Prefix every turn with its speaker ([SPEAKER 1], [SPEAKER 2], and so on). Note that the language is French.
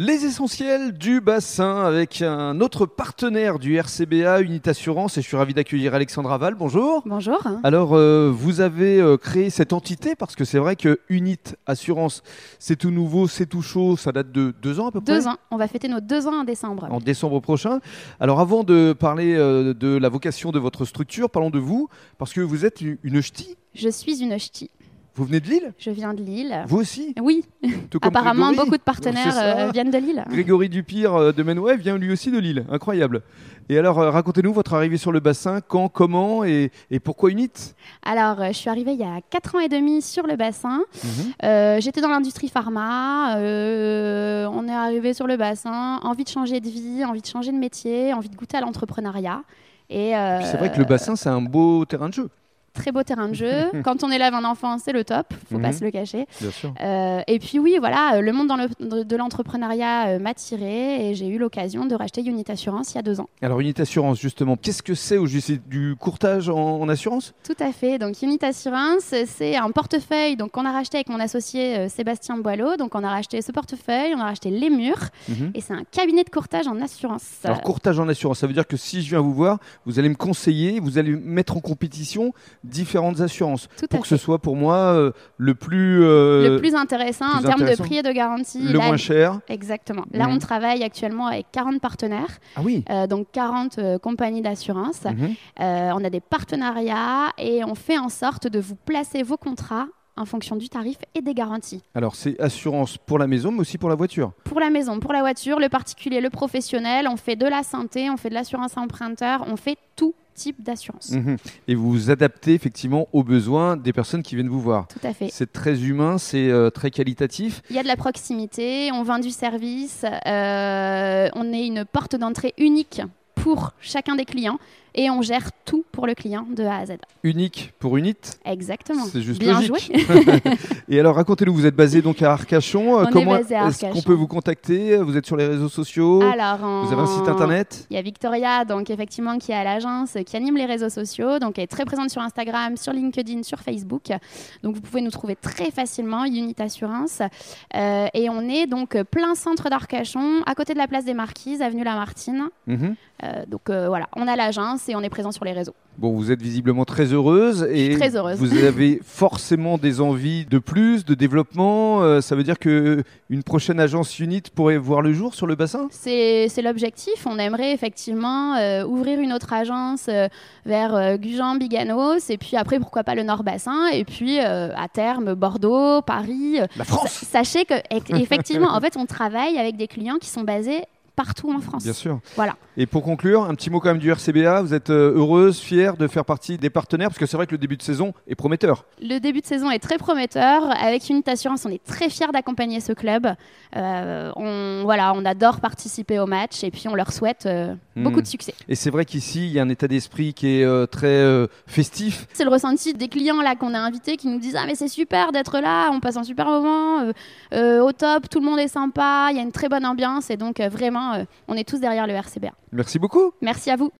[SPEAKER 1] Les essentiels du bassin avec un autre partenaire du RCBA, Unit Assurance, et je suis ravi d'accueillir Alexandre Aval. Bonjour.
[SPEAKER 2] Bonjour.
[SPEAKER 1] Alors, euh, vous avez euh, créé cette entité parce que c'est vrai que Unit Assurance, c'est tout nouveau, c'est tout chaud, ça date de deux ans à peu près.
[SPEAKER 2] Deux ans. On va fêter nos deux ans en décembre.
[SPEAKER 1] En décembre prochain. Alors, avant de parler euh, de la vocation de votre structure, parlons de vous parce que vous êtes une, une ch'ti.
[SPEAKER 2] Je suis une ch'ti.
[SPEAKER 1] Vous venez de Lille
[SPEAKER 2] Je viens de Lille.
[SPEAKER 1] Vous aussi
[SPEAKER 2] Oui,
[SPEAKER 1] Tout comme
[SPEAKER 2] apparemment
[SPEAKER 1] Grégory.
[SPEAKER 2] beaucoup de
[SPEAKER 1] C'est
[SPEAKER 2] partenaires
[SPEAKER 1] ça.
[SPEAKER 2] euh, viennent de Lille.
[SPEAKER 1] Ah. Grégory Dupire euh, de Menouet vient lui aussi de Lille. Incroyable. Et alors, euh, racontez-nous votre arrivée sur le bassin, quand, comment et, et pourquoi Unit
[SPEAKER 2] Alors, euh, je suis arrivée il y a quatre ans et demi sur le bassin.
[SPEAKER 1] Mhm.
[SPEAKER 2] Euh, J'étais dans l'industrie pharma. euh, on est arrivé sur le bassin. Envie de changer de vie, envie de changer de métier, envie de goûter à l'entrepreneuriat. Et euh,
[SPEAKER 1] Puis C'est vrai que le bassin, c'est un beau terrain de jeu.
[SPEAKER 2] très beau terrain de jeu. Quand on élève un enfant, c'est le top. Faut
[SPEAKER 1] Mhm.
[SPEAKER 2] pas se le cacher.
[SPEAKER 1] Bien sûr.
[SPEAKER 2] Euh, et puis oui, voilà, euh, le monde dans le- de, de l'entrepreneuriat euh, m'a tiré et j'ai eu l'occasion de racheter Unit Assurance il y a deux ans.
[SPEAKER 1] Alors, Unit Assurance, justement, qu'est-ce que c'est au juste C'est du courtage en, en assurance
[SPEAKER 2] Tout à fait. Donc Unit Assurance, euh, c'est un portefeuille donc qu'on a racheté avec mon associé euh, Sébastien Boileau. Donc on a racheté ce portefeuille, on a racheté les murs
[SPEAKER 1] Mhm.
[SPEAKER 2] et c'est un cabinet de courtage en assurance.
[SPEAKER 1] Alors, courtage en assurance, ça veut dire que si je viens vous voir, vous allez me conseiller, vous allez mettre en compétition différentes assurances
[SPEAKER 2] Euh, Tout à
[SPEAKER 1] pour que ce
[SPEAKER 2] fait.
[SPEAKER 1] soit pour moi euh, le plus. euh,
[SPEAKER 2] le plus intéressant
[SPEAKER 1] plus
[SPEAKER 2] en termes
[SPEAKER 1] intéressant.
[SPEAKER 2] de prix et de garantie.
[SPEAKER 1] le
[SPEAKER 2] Là,
[SPEAKER 1] moins cher.
[SPEAKER 2] Exactement. Là,
[SPEAKER 1] Mhm.
[SPEAKER 2] on travaille actuellement avec 40 partenaires,
[SPEAKER 1] Ah oui
[SPEAKER 2] euh, donc 40 euh, compagnies d'assurance.
[SPEAKER 1] Mhm.
[SPEAKER 2] Euh, on a des partenariats et on fait en sorte de vous placer vos contrats en fonction du tarif et des garanties.
[SPEAKER 1] Alors, c'est assurance pour la maison, mais aussi pour la voiture.
[SPEAKER 2] Pour la maison, pour la voiture, le particulier, le professionnel, on fait de la santé, on fait de l'assurance emprunteur, on fait tout type d'assurance.
[SPEAKER 1] Mhm. Et vous vous adaptez effectivement aux besoins des personnes qui viennent vous voir.
[SPEAKER 2] Tout à fait.
[SPEAKER 1] C'est très humain, c'est euh, très qualitatif.
[SPEAKER 2] Il y a de la proximité, on vend du service, euh, on est une porte d'entrée unique pour chacun des clients et on gère tout pour le client de A à Z.
[SPEAKER 1] Unique pour Unit,
[SPEAKER 2] Exactement.
[SPEAKER 1] c'est juste
[SPEAKER 2] Bien
[SPEAKER 1] logique.
[SPEAKER 2] joué.
[SPEAKER 1] Et alors racontez-nous, vous êtes basé donc à Arcachon. Euh,
[SPEAKER 2] On est
[SPEAKER 1] Comment
[SPEAKER 2] basé à
[SPEAKER 1] est-ce qu'on
[SPEAKER 2] Arcachon.
[SPEAKER 1] peut vous contacter Vous êtes sur les réseaux sociaux
[SPEAKER 2] Alors,
[SPEAKER 1] Oh. Vous avez un site internet
[SPEAKER 2] Il y a Victoria, donc effectivement, qui est à l'agence, euh, qui anime les réseaux sociaux, donc elle est très présente sur Instagram, sur LinkedIn, sur Facebook. Donc vous pouvez nous trouver très facilement, Unit Assurance. Euh, et on est donc euh, plein centre d'Arcachon, à côté de la place des Marquises, avenue Lamartine.
[SPEAKER 1] Mhm.
[SPEAKER 2] Euh, donc euh, voilà, on a l'agence et on est présent sur les réseaux.
[SPEAKER 1] Bon, vous êtes visiblement très heureuse et
[SPEAKER 2] très heureuse.
[SPEAKER 1] vous avez forcément des envies de plus, de développement. Euh, ça veut dire que une prochaine agence Unit pourrait voir le jour sur le bassin
[SPEAKER 2] C'est c'est l'objectif. On aimerait effectivement euh, ouvrir une autre agence euh, vers euh, Gujan, Biganos, et puis après, pourquoi pas le Nord-Bassin, et puis euh, à terme, Bordeaux, Paris. euh,
[SPEAKER 1] La
[SPEAKER 2] Sa-
[SPEAKER 1] France
[SPEAKER 2] Sachez que, e- effectivement, en fait, on travaille avec des clients qui sont basés partout en France.
[SPEAKER 1] Bien sûr.
[SPEAKER 2] Voilà.
[SPEAKER 1] Et pour conclure, un petit mot quand même du RCBA. Vous êtes euh, heureuse, fière de faire partie des partenaires parce que c'est vrai que le début de saison est prometteur.
[SPEAKER 2] Le début de saison est très prometteur. Avec Unit Assurance, on est très fiers d'accompagner ce club. Euh, on, voilà, on adore participer aux matchs et puis on leur souhaite euh,
[SPEAKER 1] Hmm.
[SPEAKER 2] beaucoup de succès.
[SPEAKER 1] Et c'est vrai qu'ici, il y a un état d'esprit qui est euh, très euh, festif.
[SPEAKER 2] C'est le ressenti des clients là qu'on a invités qui nous disent ah mais c'est super d'être là, on passe un super moment, euh, euh, au top, tout le monde est sympa, il y a une très bonne ambiance et donc euh, vraiment euh, on est tous derrière le RCBA.
[SPEAKER 1] Merci beaucoup.
[SPEAKER 2] Merci à vous.